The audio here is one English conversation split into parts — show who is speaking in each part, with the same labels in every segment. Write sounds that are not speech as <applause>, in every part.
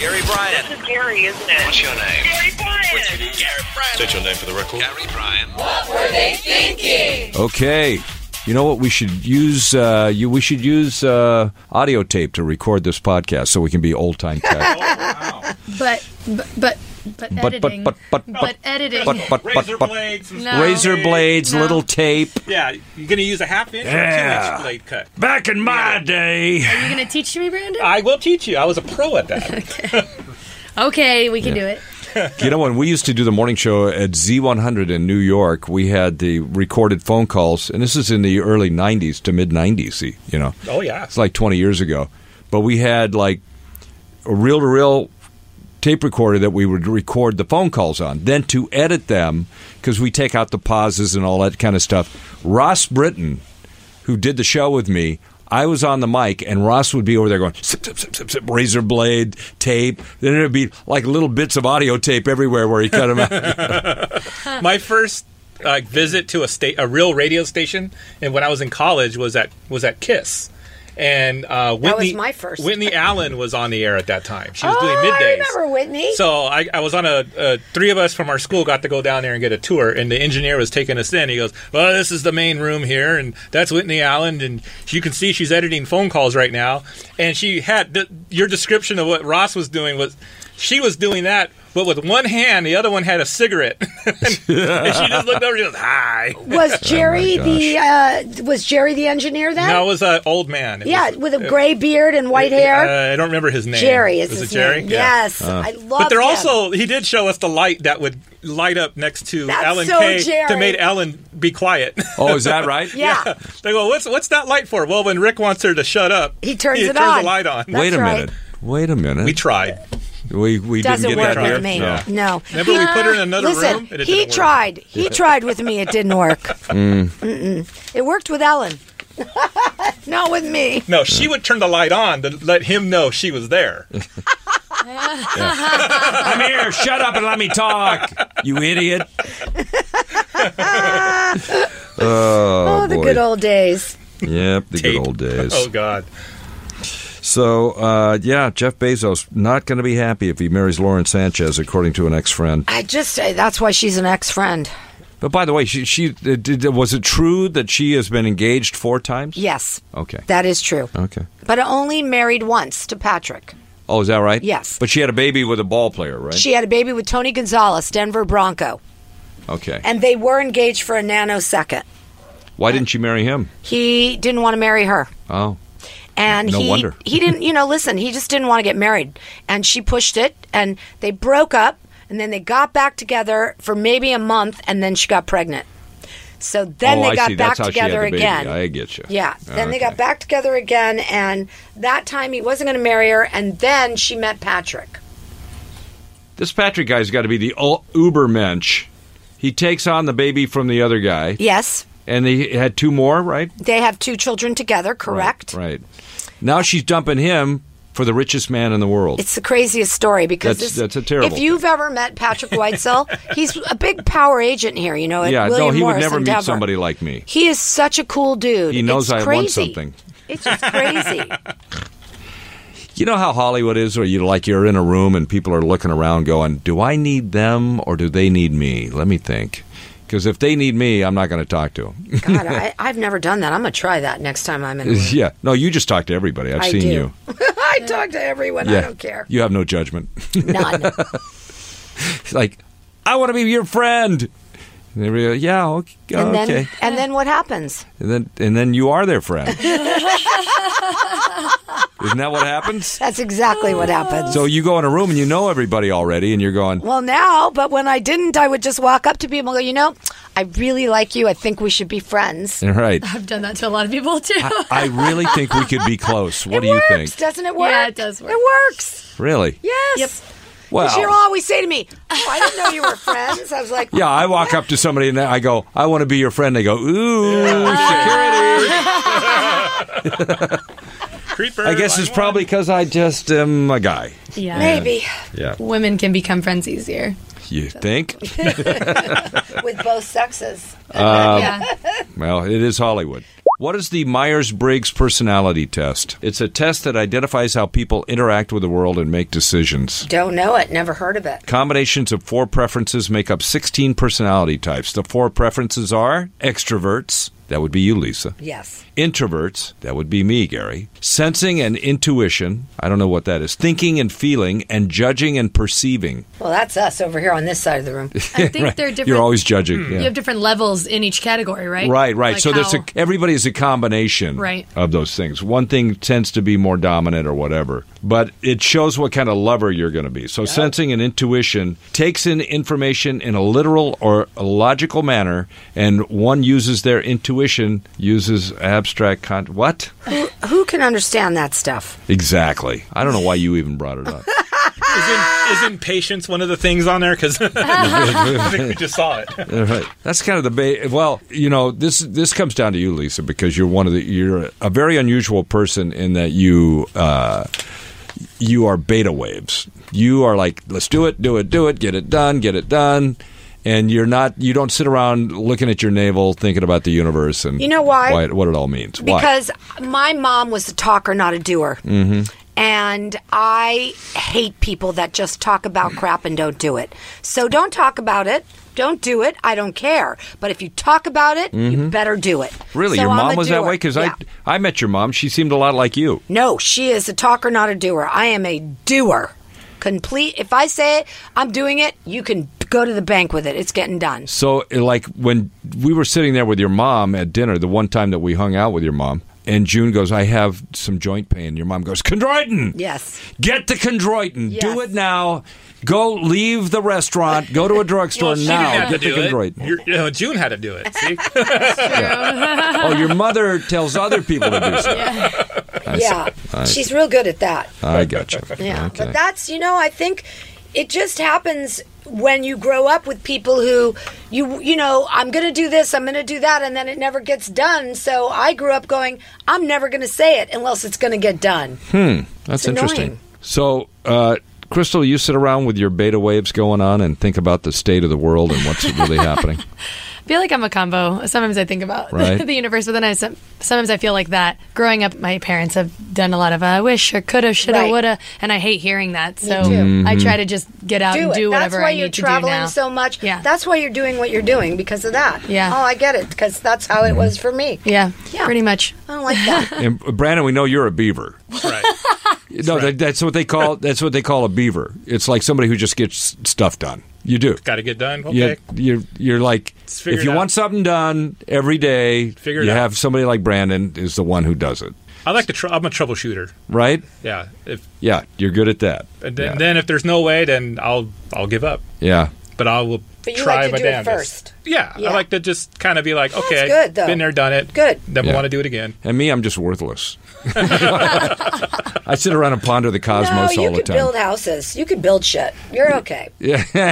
Speaker 1: Gary Bryan.
Speaker 2: This is Gary, isn't it?
Speaker 1: What's your name?
Speaker 2: Gary Bryan.
Speaker 1: Gary Bryan.
Speaker 3: State your name for the record.
Speaker 1: Gary Bryan.
Speaker 4: Okay. You know what? We should use uh, you. We should use uh, audio tape to record this podcast so we can be old time tech.
Speaker 5: But but but but
Speaker 4: But- but-
Speaker 5: editing.
Speaker 4: but- but- but-
Speaker 5: editing.
Speaker 4: but but but
Speaker 6: Razor
Speaker 4: but
Speaker 6: blades. And
Speaker 5: No.
Speaker 4: razor blades,
Speaker 5: No.
Speaker 4: little tape.
Speaker 6: Yeah, you're gonna use a half inch or
Speaker 4: Yeah.
Speaker 6: a two inch blade cut.
Speaker 4: Back in my day.
Speaker 5: Are you gonna teach me, Brandon?
Speaker 6: I will teach you. I was a pro at that.
Speaker 5: Okay, we can do it.
Speaker 4: <laughs> You know, when we used to do the morning show at Z100 in New York, we had the recorded phone calls, and this is in the early 90s to mid 90s, you know.
Speaker 6: Oh yeah.
Speaker 4: It's like 20 years ago. But we had like a reel to reel tape recorder that we would record the phone calls on. Then to edit them, because we take out the pauses and all that kind of stuff, Ross Britton, who did the show with me, I was on the mic, and Ross would be over there going, sip, sip, sip, sip, sip, razor blade, tape. Then there'd be like little bits of audio tape everywhere where he cut them
Speaker 7: <laughs>
Speaker 4: out.
Speaker 6: My first uh, visit to a state, a real radio station, and when I was in college was at was at Kiss, and uh, Whitney,
Speaker 7: was my first.
Speaker 6: Whitney Allen was on the air at that time. She was doing
Speaker 7: Oh,
Speaker 6: middays.
Speaker 7: I remember Whitney.
Speaker 6: So I, I was on a, a three of us from our school got to go down there and get a tour, and the engineer was taking us in. He goes, "Well, this is the main room here, and that's Whitney Allen, and you can see she's editing phone calls right now." And she had the, your description of what Ross was doing was she was doing that. But with one hand, the other one had a cigarette, <laughs> and she just looked over. She goes, "Hi."
Speaker 4: <laughs> Oh
Speaker 7: was Jerry the uh, was Jerry the engineer then?
Speaker 6: Now it was an old man. It
Speaker 7: Yeah,
Speaker 6: was-
Speaker 7: with a gray beard and white hair.
Speaker 6: Uh, I don't remember his name.
Speaker 7: Jerry is
Speaker 6: was
Speaker 7: his
Speaker 6: it Jerry?
Speaker 7: name.
Speaker 6: Yeah.
Speaker 7: Yes, I love.
Speaker 6: But they're
Speaker 7: him.
Speaker 6: also he did show us the light that would light up next to
Speaker 7: That's
Speaker 6: Alan
Speaker 7: so
Speaker 6: Kay
Speaker 7: Jerry.
Speaker 6: to make Alan be quiet. <laughs>
Speaker 4: Oh, is that right?
Speaker 7: Yeah,
Speaker 6: they go, what's what's that light for? Well, when Rick wants her to shut up,
Speaker 7: He turns
Speaker 6: he
Speaker 7: it
Speaker 6: turns
Speaker 7: on.
Speaker 6: the light on.
Speaker 7: That's
Speaker 4: Wait a
Speaker 7: right.
Speaker 4: minute. Wait a minute.
Speaker 6: We tried.
Speaker 4: we we didn't
Speaker 7: doesn't
Speaker 4: get
Speaker 7: work
Speaker 4: that here.
Speaker 7: with me.
Speaker 4: No.
Speaker 7: No.
Speaker 6: Remember we put her in another
Speaker 7: Listen,
Speaker 6: room. and it
Speaker 7: he
Speaker 6: didn't work.
Speaker 7: tried. He tried with me. It didn't work.
Speaker 4: <laughs>
Speaker 7: Mm. mm It worked with Ellen. <laughs> Not with me.
Speaker 6: No, she would turn the light on to let him know she was there.
Speaker 4: Come here, shut up and let me talk, you idiot.
Speaker 7: Oh,
Speaker 4: oh,
Speaker 7: the
Speaker 4: boy.
Speaker 7: good old days.
Speaker 4: Yep, the
Speaker 6: Tape.
Speaker 4: good old days.
Speaker 6: Oh God.
Speaker 4: So, uh, yeah, Jeff Bezos not going to be happy if he marries Lauren Sanchez, according to an ex friend.
Speaker 7: I just uh, that's why she's an ex-friend.
Speaker 4: But by the way, she, she uh, did, was it true that she has been engaged four times?
Speaker 7: Yes.
Speaker 4: Okay.
Speaker 7: That is true.
Speaker 4: Okay.
Speaker 7: But only married once to Patrick.
Speaker 4: Oh, is that right?
Speaker 7: Yes.
Speaker 4: But she had a baby with a ball player, right?
Speaker 7: She had a baby with Tony Gonzalez, Denver Bronco,
Speaker 4: okay.
Speaker 7: and they were engaged for a nanosecond.
Speaker 4: Why didn't she marry him?
Speaker 7: He didn't want to marry her.
Speaker 4: Oh.
Speaker 7: and
Speaker 4: No
Speaker 7: he
Speaker 4: wonder.
Speaker 7: <laughs> he didn't you know listen he just didn't want to get married and she pushed it and they broke up and then they got back together for maybe a month and then she got pregnant so then
Speaker 4: oh,
Speaker 7: they
Speaker 4: I
Speaker 7: got
Speaker 4: see.
Speaker 7: back
Speaker 4: That's how she
Speaker 7: together
Speaker 4: had the baby.
Speaker 7: again
Speaker 4: I get you.
Speaker 7: yeah then they
Speaker 4: Okay.
Speaker 7: got back together again and that time he wasn't going to marry her and then she met patrick
Speaker 4: This Patrick guy's got to be the ul- uber mensch. He takes on the baby from the other guy,
Speaker 7: yes
Speaker 4: and they had two more, right?
Speaker 7: they have two children together correct
Speaker 4: Right. right. Now she's dumping him for the richest man in the world.
Speaker 7: It's the craziest story because
Speaker 4: That's-
Speaker 7: this,
Speaker 4: that's a terrible
Speaker 7: If you've ever met Patrick
Speaker 4: <laughs>
Speaker 7: Weitzel, he's a big power agent here. You know, at
Speaker 4: yeah,
Speaker 7: William
Speaker 4: no, he
Speaker 7: Morris
Speaker 4: would never
Speaker 7: in
Speaker 4: meet
Speaker 7: Denver.
Speaker 4: somebody like me.
Speaker 7: He is such a cool dude.
Speaker 4: He knows
Speaker 7: It's
Speaker 4: I
Speaker 7: crazy.
Speaker 4: want something.
Speaker 7: It's just
Speaker 4: <laughs>
Speaker 7: crazy.
Speaker 4: You know how Hollywood is, where you like you're in a room and people are looking around, going, "Do I need them or do they need me?" Let me think, because if they need me, I'm not going to talk to them.
Speaker 7: God, I, I've never done that. I'm gonna try that next time I'm
Speaker 4: <laughs>
Speaker 7: in. A room.
Speaker 4: yeah, no, you just talk to everybody. I've
Speaker 7: I
Speaker 4: seen
Speaker 7: do.
Speaker 4: you.
Speaker 7: <laughs> I talk to everyone.
Speaker 4: Yeah,
Speaker 7: I
Speaker 4: <laughs>
Speaker 7: don't care.
Speaker 4: You have no judgment.
Speaker 7: None.
Speaker 4: It's like, I want to be your friend. And they were, yeah, okay,
Speaker 7: And then,
Speaker 4: okay."
Speaker 7: and then what happens?
Speaker 4: and then and then you are their
Speaker 7: <laughs>
Speaker 4: friend. Isn't that what happens?
Speaker 7: That's exactly what
Speaker 4: Ah.
Speaker 7: happens.
Speaker 4: So you go in a room and you know everybody already, and you're going,
Speaker 7: well, now, but when I didn't, I would just walk up to people and go, you know, I really like you. I think we should be friends.
Speaker 4: all right.
Speaker 5: I've done that to a lot of people too.
Speaker 4: I really think we could be close. What
Speaker 7: it
Speaker 4: do you
Speaker 7: works,
Speaker 4: think?
Speaker 7: Doesn't it work?
Speaker 5: Yeah, it does work.
Speaker 7: It works.
Speaker 4: Really?
Speaker 7: Yes.
Speaker 5: Yep.
Speaker 4: Well,
Speaker 7: She'll always say to me, oh, I didn't know you were friends. I was like,
Speaker 4: <laughs> yeah. I walk up to somebody and I go, "I want to be your friend." They go, "Ooh, security."
Speaker 6: Creeper.
Speaker 4: I guess
Speaker 6: line
Speaker 4: it's
Speaker 6: one.
Speaker 4: probably because I just am a guy.
Speaker 5: <laughs> yeah.
Speaker 7: maybe
Speaker 4: Yeah.
Speaker 5: Women can become friends easier.
Speaker 4: You think?
Speaker 7: with both sexes.
Speaker 5: yeah.
Speaker 4: Uh, Well, it is Hollywood. What is the Myers Briggs personality test? It's a test that identifies how people interact with the world and make decisions.
Speaker 7: Don't know it. Never heard of it.
Speaker 4: Combinations of four preferences make up 16 personality types. The four preferences are extroverts, that would be you, Lisa.
Speaker 7: Yes.
Speaker 4: Introverts, that would be me, Gary. Sensing and intuition, I don't know what that is. Thinking and feeling, and judging and perceiving.
Speaker 7: Well, that's us over here on this side of
Speaker 4: <laughs>
Speaker 7: the room.
Speaker 5: I think they're different.
Speaker 4: You're always judging. yeah.
Speaker 5: You have different levels in each category, right?
Speaker 4: Right, right.
Speaker 5: Like
Speaker 4: so there's a,
Speaker 5: how-
Speaker 4: everybody is a combination
Speaker 5: Right.
Speaker 4: of those things. One thing tends to be more dominant or whatever, but it shows what kind of lover you're going to be. So sensing and intuition takes in information in a literal or a logical manner, and one uses their intuition, uses abstract con. What?
Speaker 7: Who can understand that stuff?
Speaker 4: Exactly. I don't know why you even brought it up. <laughs>
Speaker 6: Is, in, is impatience one of the things on there? Because <laughs> I think we
Speaker 4: <laughs>
Speaker 6: just saw it.
Speaker 4: All right. That's kind of the ba- well, you know, this this comes down to you, Lisa, because you're one of the you're a very unusual person in that you uh, you are beta waves. You are like, let's do it, do it, do it, get it done, get it done, and you're not you don't sit around looking at your navel thinking about the universe and
Speaker 7: You know why?
Speaker 4: it- what it all means.
Speaker 7: Because my mom was a talker, not a doer.
Speaker 4: Mm-hmm.
Speaker 7: And I hate people that just talk about crap and don't do it. So don't talk about it. Don't do it. I don't care. But if you talk about it, you better do it.
Speaker 4: why? Mm-hmm. Really,
Speaker 7: So
Speaker 4: your
Speaker 7: I'm
Speaker 4: mom
Speaker 7: a
Speaker 4: was that
Speaker 7: doer.
Speaker 4: way because
Speaker 7: Yeah.
Speaker 4: I I met your mom. She seemed a lot like you.
Speaker 7: No, she is a talker, not a doer. I am a doer. Complete. If I say it, I'm doing it. You can go to the bank with it. It's getting done.
Speaker 4: So, like when we were sitting there with your mom at dinner, the one time that we hung out with your mom, and June goes, "I have some joint pain." Your mom goes, "Chondroitin."
Speaker 7: Yes.
Speaker 4: Get the chondroitin.
Speaker 7: Yes.
Speaker 4: Do it now. Go leave the restaurant. Go to a drugstore
Speaker 6: Well, she didn't
Speaker 4: now.
Speaker 6: have to
Speaker 4: Get the
Speaker 6: do it.
Speaker 4: chondroitin.
Speaker 6: Your- you know, June had to do it.
Speaker 7: <laughs>
Speaker 6: See,
Speaker 4: Oh, your mother tells other people to
Speaker 6: <laughs>
Speaker 4: do stuff.
Speaker 7: yeah. She's real good at that.
Speaker 4: I got you.
Speaker 7: Yeah.
Speaker 4: Okay.
Speaker 7: But that's, you know, I think it just happens when you grow up with people who you you know, I'm going to do this, I'm going to do that and then it never gets done. So I grew up going, I'm never going to say it unless it's going to get done.
Speaker 4: That's
Speaker 7: It's annoying.
Speaker 4: interesting. So, uh, Crystal, you sit around with your beta waves going on and think about the state of the world and what's really
Speaker 6: <laughs>
Speaker 4: happening.
Speaker 5: I feel like I'm a combo. Sometimes I think about <laughs>
Speaker 4: Right.
Speaker 5: the universe, but then I som- sometimes I feel like that. Growing up, my parents have done a lot of I wish or coulda, shoulda,
Speaker 7: Right.
Speaker 5: woulda, and I hate hearing that. So
Speaker 7: too.
Speaker 5: I
Speaker 4: Mm-hmm.
Speaker 5: try to just get out
Speaker 7: Do
Speaker 5: and
Speaker 7: it.
Speaker 5: do
Speaker 7: that's
Speaker 5: whatever
Speaker 7: why
Speaker 5: I
Speaker 7: you're
Speaker 5: need to do
Speaker 7: traveling
Speaker 5: now.
Speaker 7: so much.
Speaker 5: Yeah.
Speaker 7: That's why you're doing what you're doing because of that.
Speaker 5: Yeah.
Speaker 7: Oh, I get it because that's how
Speaker 4: Mm-hmm.
Speaker 7: it was for me.
Speaker 5: yeah,
Speaker 7: Yeah.
Speaker 5: pretty <laughs> much.
Speaker 7: I don't like that.
Speaker 4: and uh, Brandon, we know you're a beaver.
Speaker 6: right?
Speaker 4: No, that, that's what they call that's what they call a beaver. It's like somebody who just gets stuff done. You do.
Speaker 6: Got to get done. Okay.
Speaker 4: You, you're you're like
Speaker 6: Let's figure
Speaker 4: if you
Speaker 6: it out.
Speaker 4: want something done every day,
Speaker 6: Figure it
Speaker 4: you
Speaker 6: out.
Speaker 4: have somebody like Brandon is the one who does it,
Speaker 6: I like to. Tr- I'm a troubleshooter.
Speaker 4: right?
Speaker 6: Yeah. If
Speaker 4: Yeah, you're good at that.
Speaker 6: and then,
Speaker 4: yeah.
Speaker 6: then if there's no way, then I'll I'll give up.
Speaker 4: yeah.
Speaker 6: But I will
Speaker 7: But you
Speaker 6: try
Speaker 7: like to
Speaker 6: my
Speaker 7: do it
Speaker 6: damnedest.
Speaker 7: first.
Speaker 6: Yeah,
Speaker 7: Yeah.
Speaker 6: I like to just kind of be like, okay,
Speaker 7: good, though.
Speaker 6: been there, done it.
Speaker 7: Good.
Speaker 6: Then
Speaker 4: Yeah.
Speaker 6: I want to do it again.
Speaker 4: And me, I'm just
Speaker 6: <laughs>
Speaker 4: worthless. <laughs> I sit around and ponder the
Speaker 7: no,
Speaker 4: cosmos
Speaker 7: you
Speaker 4: all the
Speaker 7: could
Speaker 4: time.
Speaker 7: build houses. You could build shit. You're okay. Yeah.
Speaker 4: <laughs>
Speaker 7: no,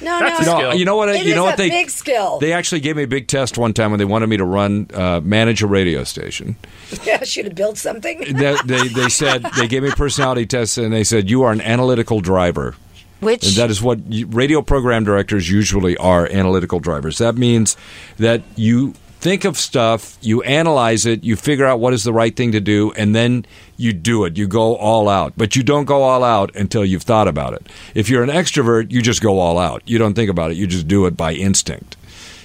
Speaker 6: That's
Speaker 7: no.
Speaker 6: a
Speaker 7: no.
Speaker 6: skill.
Speaker 4: you know what? I-
Speaker 7: It
Speaker 4: you
Speaker 7: is
Speaker 4: know what
Speaker 7: a
Speaker 4: they
Speaker 7: big skill.
Speaker 4: They actually gave me a big test one time when they wanted me to run uh, manage a radio station.
Speaker 7: Yeah, <laughs> I should have built something.
Speaker 4: they, they, they said they gave me personality tests and they said you are an analytical driver
Speaker 7: Which
Speaker 4: and that is what you- radio program directors usually are analytical drivers that means that you think of stuff you analyze it you figure out what is the right thing to do and then you do it you go all out but you don't go all out until you've thought about it if you're an extrovert you just go all out you don't think about it you just do it by instinct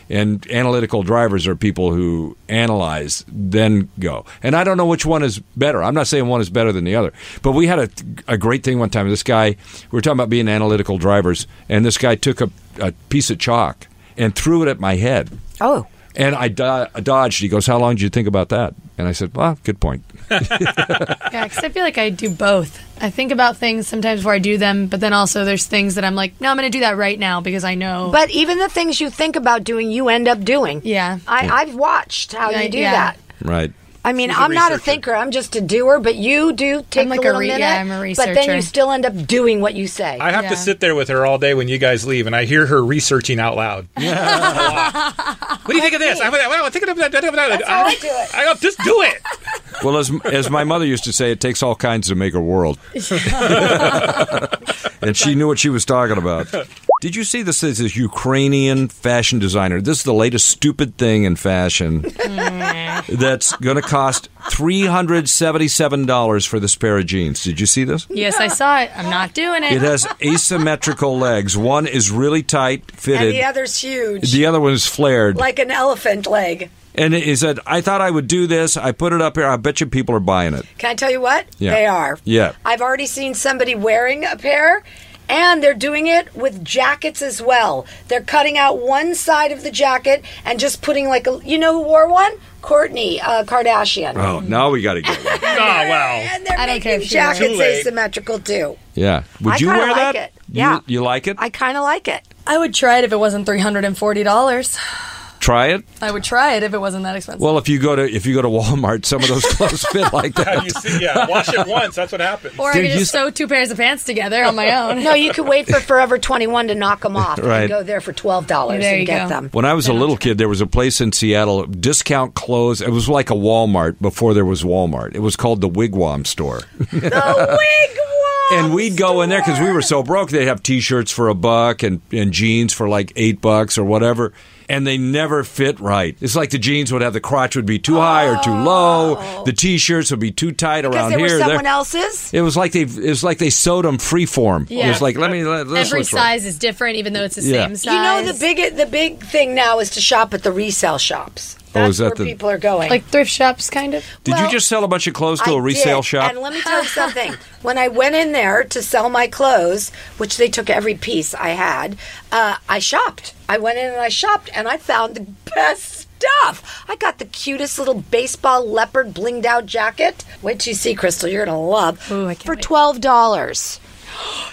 Speaker 4: and analytical drivers are people who analyze, then go. And I don't know which one is better. I'm not saying one is better than the other. But we had a, a great thing one time. This guy, we were talking about being analytical drivers, and this guy took a, a piece of chalk and threw it at my head.
Speaker 7: oh,
Speaker 4: And I do- dodged. He goes, How long did you think about that? And I said, Well, good point.
Speaker 5: Yeah, because I feel like I do both. I think about things sometimes before I do them, but then also there's things that I'm like, no, I'm going to do that right now because I know.
Speaker 7: but even the things you think about doing, you end up doing.
Speaker 5: Yeah.
Speaker 7: I, I've watched how
Speaker 5: Yeah,
Speaker 7: you do
Speaker 5: yeah.
Speaker 7: that.
Speaker 4: Right.
Speaker 7: I mean,
Speaker 6: She's a
Speaker 7: I'm not a
Speaker 6: researcher.
Speaker 7: thinker. I'm just a doer. But you do take
Speaker 5: like
Speaker 7: a
Speaker 5: a
Speaker 7: little
Speaker 5: re-
Speaker 7: minute.
Speaker 5: yeah, I'm a
Speaker 7: But then you
Speaker 5: researcher.
Speaker 7: still end up doing what you say.
Speaker 6: I have
Speaker 5: Yeah.
Speaker 6: to sit there with her all day when you guys leave, and I hear her researching out <laughs> loud. what do you think of this? I'm thinking of that. That's
Speaker 7: how I do it.
Speaker 6: I go, just do
Speaker 7: <laughs>
Speaker 6: it.
Speaker 4: Well, as, as my mother used to say, it takes all kinds to make a world. and she knew what she was talking about. Did you see this? This is Ukrainian fashion designer. This is the latest stupid thing in fashion that's going to cost three hundred seventy-seven dollars for this pair of jeans. Did you see this?
Speaker 5: Yes, I saw it. I'm not doing it.
Speaker 4: It has asymmetrical legs. One is really tight
Speaker 7: and
Speaker 4: fitted.
Speaker 7: the other's huge,
Speaker 4: The other one is flared.
Speaker 7: like an elephant leg.
Speaker 4: and he said, I thought I would do this. I put it up here. I bet you people are buying it.
Speaker 7: Can I tell you what?
Speaker 4: Yeah.
Speaker 7: They are.
Speaker 4: Yeah.
Speaker 7: I've already seen somebody wearing a pair. And they're doing it with jackets as well. They're cutting out one side of the jacket and just putting like a. You know who wore one? Courtney uh, Kardashian.
Speaker 4: Oh, now we got to get one.
Speaker 6: Oh, wow.
Speaker 7: And they're
Speaker 5: I don't
Speaker 7: making
Speaker 5: care if she wears
Speaker 7: jackets
Speaker 6: Too late.
Speaker 7: asymmetrical too.
Speaker 4: Yeah. Would
Speaker 8: I
Speaker 4: you
Speaker 8: kinda
Speaker 4: wear
Speaker 8: like
Speaker 4: that?
Speaker 8: it.
Speaker 4: You-
Speaker 8: Yeah.
Speaker 4: You, like it?
Speaker 8: I kind of like
Speaker 7: <laughs>
Speaker 8: it.
Speaker 5: I would try it if it wasn't three hundred and forty dollars.
Speaker 4: Try it.
Speaker 5: I would try it if it wasn't that expensive.
Speaker 4: Well, if you go to if you go to Walmart, some of those <laughs> clothes fit like
Speaker 6: How
Speaker 4: that.
Speaker 6: you see, yeah, wash it once. That's what happens.
Speaker 5: or I
Speaker 4: They're
Speaker 5: could just
Speaker 4: used-
Speaker 5: sew two pairs of pants together on my
Speaker 4: <laughs>
Speaker 5: own.
Speaker 8: No, you could wait for Forever 21 to knock them off
Speaker 4: Right.
Speaker 8: and go there for $12
Speaker 5: There you
Speaker 8: and get
Speaker 5: go. <laughs>
Speaker 8: them.
Speaker 4: When I was a little kid, there was a place in Seattle, discount clothes. It was like a Walmart before there was Walmart. It was called the Wigwam Store.
Speaker 8: <laughs>
Speaker 7: The wigwam.
Speaker 4: and we'd go in there because we were so broke. They'd have T-shirts for a buck and and jeans for like eight bucks or whatever, and they never fit right. It's like the jeans would have the crotch would be too high or too low. The T-shirts would be too tight
Speaker 8: Oh. Because
Speaker 4: around
Speaker 8: they
Speaker 4: here.
Speaker 8: were
Speaker 4: there.
Speaker 8: someone else's.
Speaker 4: It was like they it was like they sewed them freeform. It
Speaker 5: Yeah.
Speaker 4: was like let me let, this
Speaker 5: Every
Speaker 4: looks right.
Speaker 5: size is different, even though it's the
Speaker 4: Yeah.
Speaker 5: same size.
Speaker 7: You know the big the big thing now is to shop at the resale shops. That's
Speaker 4: Oh, is that
Speaker 7: where
Speaker 4: the-
Speaker 7: people are going.
Speaker 5: like thrift shops, kind of.
Speaker 4: Did you
Speaker 7: well,
Speaker 4: just sell a bunch of clothes to
Speaker 7: I
Speaker 4: a resale
Speaker 7: did.
Speaker 4: shop?
Speaker 7: And let me tell you something. <laughs> when I went in there to sell my clothes, which they took every piece I had, uh, I shopped. I went in and I shopped, and I found the best stuff. I got the cutest little baseball leopard blinged out jacket. Wait till you see, Crystal. You're gonna love.
Speaker 5: Ooh, I can't
Speaker 7: for
Speaker 5: wait.
Speaker 7: twelve dollars.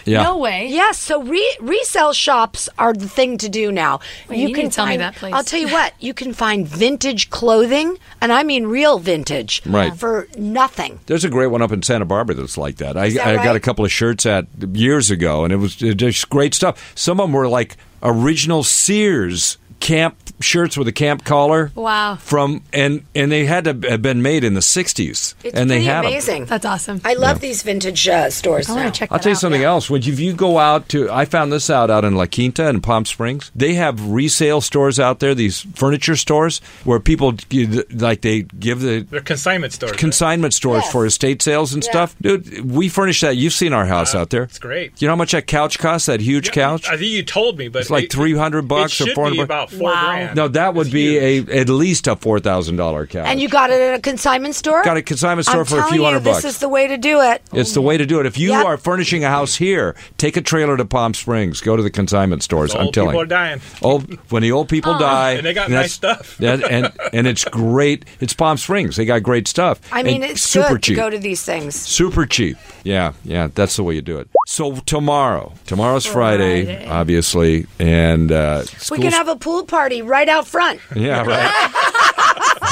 Speaker 4: yeah.
Speaker 5: No way.
Speaker 7: Yes, so re- resale shops are the thing to do now.
Speaker 5: you need to tell me
Speaker 7: find,
Speaker 5: that place.
Speaker 7: I'll tell you what, you can find vintage clothing, and I mean real vintage,
Speaker 4: Right.
Speaker 7: for nothing.
Speaker 4: There's a great one up in Santa Barbara that's like that. I,
Speaker 7: that
Speaker 4: I got
Speaker 7: right?
Speaker 4: a couple of shirts at years ago, and it was it- just great stuff. Some of them were like original Sears camp shirts with a camp collar.
Speaker 5: Wow.
Speaker 4: From and and they had to have been made in the '60s,
Speaker 7: It's
Speaker 4: and they
Speaker 7: pretty
Speaker 4: had 'em.
Speaker 7: amazing.
Speaker 5: That's awesome.
Speaker 7: I love these vintage uh, stores.
Speaker 5: I
Speaker 7: now.
Speaker 5: want to check.
Speaker 4: I'll
Speaker 5: that
Speaker 4: tell you
Speaker 5: out.
Speaker 4: something else. When you, if you go out to, I found this out out in La Quinta and Palm Springs. They have resale stores out there, these furniture stores where people g- like they give the
Speaker 6: They're consignment stores. right?
Speaker 4: consignment stores for estate sales and stuff. Dude, we furnish that. You've seen our house out there.
Speaker 6: Uh, it's great.
Speaker 4: You know how much that couch costs? That huge couch.
Speaker 6: I think you told me, but
Speaker 4: It's like
Speaker 6: it-
Speaker 4: 300 bucks
Speaker 6: it
Speaker 4: or
Speaker 6: should
Speaker 4: 400
Speaker 6: be
Speaker 4: bucks.
Speaker 6: about four
Speaker 5: Wow.
Speaker 6: grand.
Speaker 4: no, that would
Speaker 6: It's
Speaker 4: be
Speaker 6: huge.
Speaker 4: a at least a four thousand dollar couch.
Speaker 7: And you got it at a consignment store?
Speaker 4: got a consignment store
Speaker 7: I'm
Speaker 4: for a
Speaker 7: telling
Speaker 4: few
Speaker 7: you,
Speaker 4: hundred bucks.
Speaker 7: This is the way to do it.
Speaker 4: it's the way to do it. If you
Speaker 7: Yep.
Speaker 4: are furnishing a house here, take a trailer to Palm Springs. Go to the consignment stores.
Speaker 6: The
Speaker 4: I'm
Speaker 6: old
Speaker 4: telling
Speaker 6: people
Speaker 4: you.
Speaker 6: are dying.
Speaker 4: Old, when the old people
Speaker 7: Oh.
Speaker 4: die,
Speaker 6: And they got
Speaker 4: that's-
Speaker 6: nice stuff.
Speaker 4: that- and and it's great. It's Palm Springs. They got great stuff.
Speaker 7: I mean,
Speaker 4: And
Speaker 7: it's
Speaker 4: super
Speaker 7: good
Speaker 4: cheap.
Speaker 7: to go to these things.
Speaker 4: Super cheap. Yeah, yeah, that's the way you do it. So tomorrow, tomorrow's Friday, obviously, and uh,
Speaker 7: We
Speaker 4: school's-
Speaker 7: can have a pool party right out front. <laughs>
Speaker 4: yeah, right,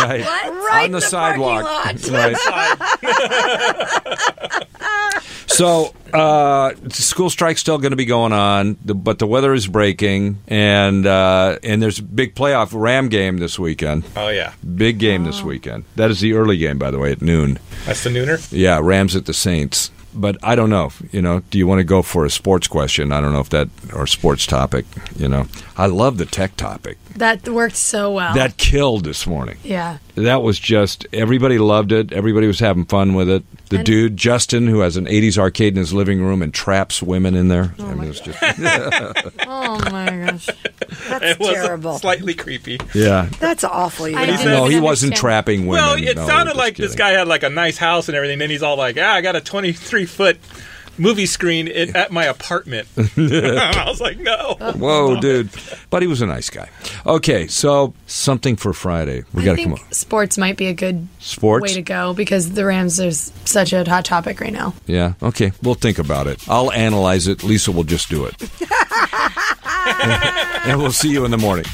Speaker 4: right,
Speaker 7: Right
Speaker 4: on
Speaker 7: in
Speaker 4: the,
Speaker 7: the
Speaker 4: sidewalk,
Speaker 7: parking
Speaker 4: right. <laughs>
Speaker 7: <laughs>
Speaker 4: so uh, school strike's still going to be going on, the- but the weather is breaking, and uh, and there's a big playoff Ram game this weekend.
Speaker 6: Oh yeah,
Speaker 4: Big game
Speaker 7: Oh.
Speaker 4: this weekend. That is the early game, by the way, at noon.
Speaker 6: that's the nooner.
Speaker 4: Yeah, Rams at the Saints. But I don't know. You know, do you want to go for a sports question? I don't know if that or sports topic. You know, I love the tech topic
Speaker 5: That worked so
Speaker 7: Oh.
Speaker 5: well.
Speaker 4: that killed this morning. <laughs>
Speaker 5: yeah.
Speaker 4: That was just everybody loved it. Everybody was having fun with it. The dude Justin, who has an '80s arcade in his living room and traps women in there. I mean, it's
Speaker 6: <laughs>
Speaker 4: just
Speaker 5: Oh my gosh.
Speaker 7: That's
Speaker 6: It was
Speaker 7: terrible.
Speaker 6: slightly creepy.
Speaker 4: yeah.
Speaker 7: That's awful.
Speaker 5: I
Speaker 7: you know.
Speaker 4: No,
Speaker 5: didn't
Speaker 4: he
Speaker 5: understand.
Speaker 4: wasn't trapping women.
Speaker 6: Well, it
Speaker 4: No,
Speaker 6: sounded
Speaker 4: just
Speaker 6: like this
Speaker 4: kidding.
Speaker 6: guy had like a nice house and everything. Then he's all like, "Yeah, I got a 23 foot movie screen in, at my apartment." <laughs>
Speaker 4: <laughs>
Speaker 6: I was like, "No."
Speaker 4: Whoa, dude! But he was a nice guy. Okay, so something for Friday. We got
Speaker 5: I
Speaker 4: to come
Speaker 5: think
Speaker 4: up.
Speaker 5: sports might be a good
Speaker 4: Sports?
Speaker 5: way to go because the Rams is such a hot topic right now.
Speaker 4: Yeah. Okay. We'll think about it. I'll
Speaker 5: <laughs>
Speaker 4: analyze it. Lisa will just do it. and we'll see you in the morning.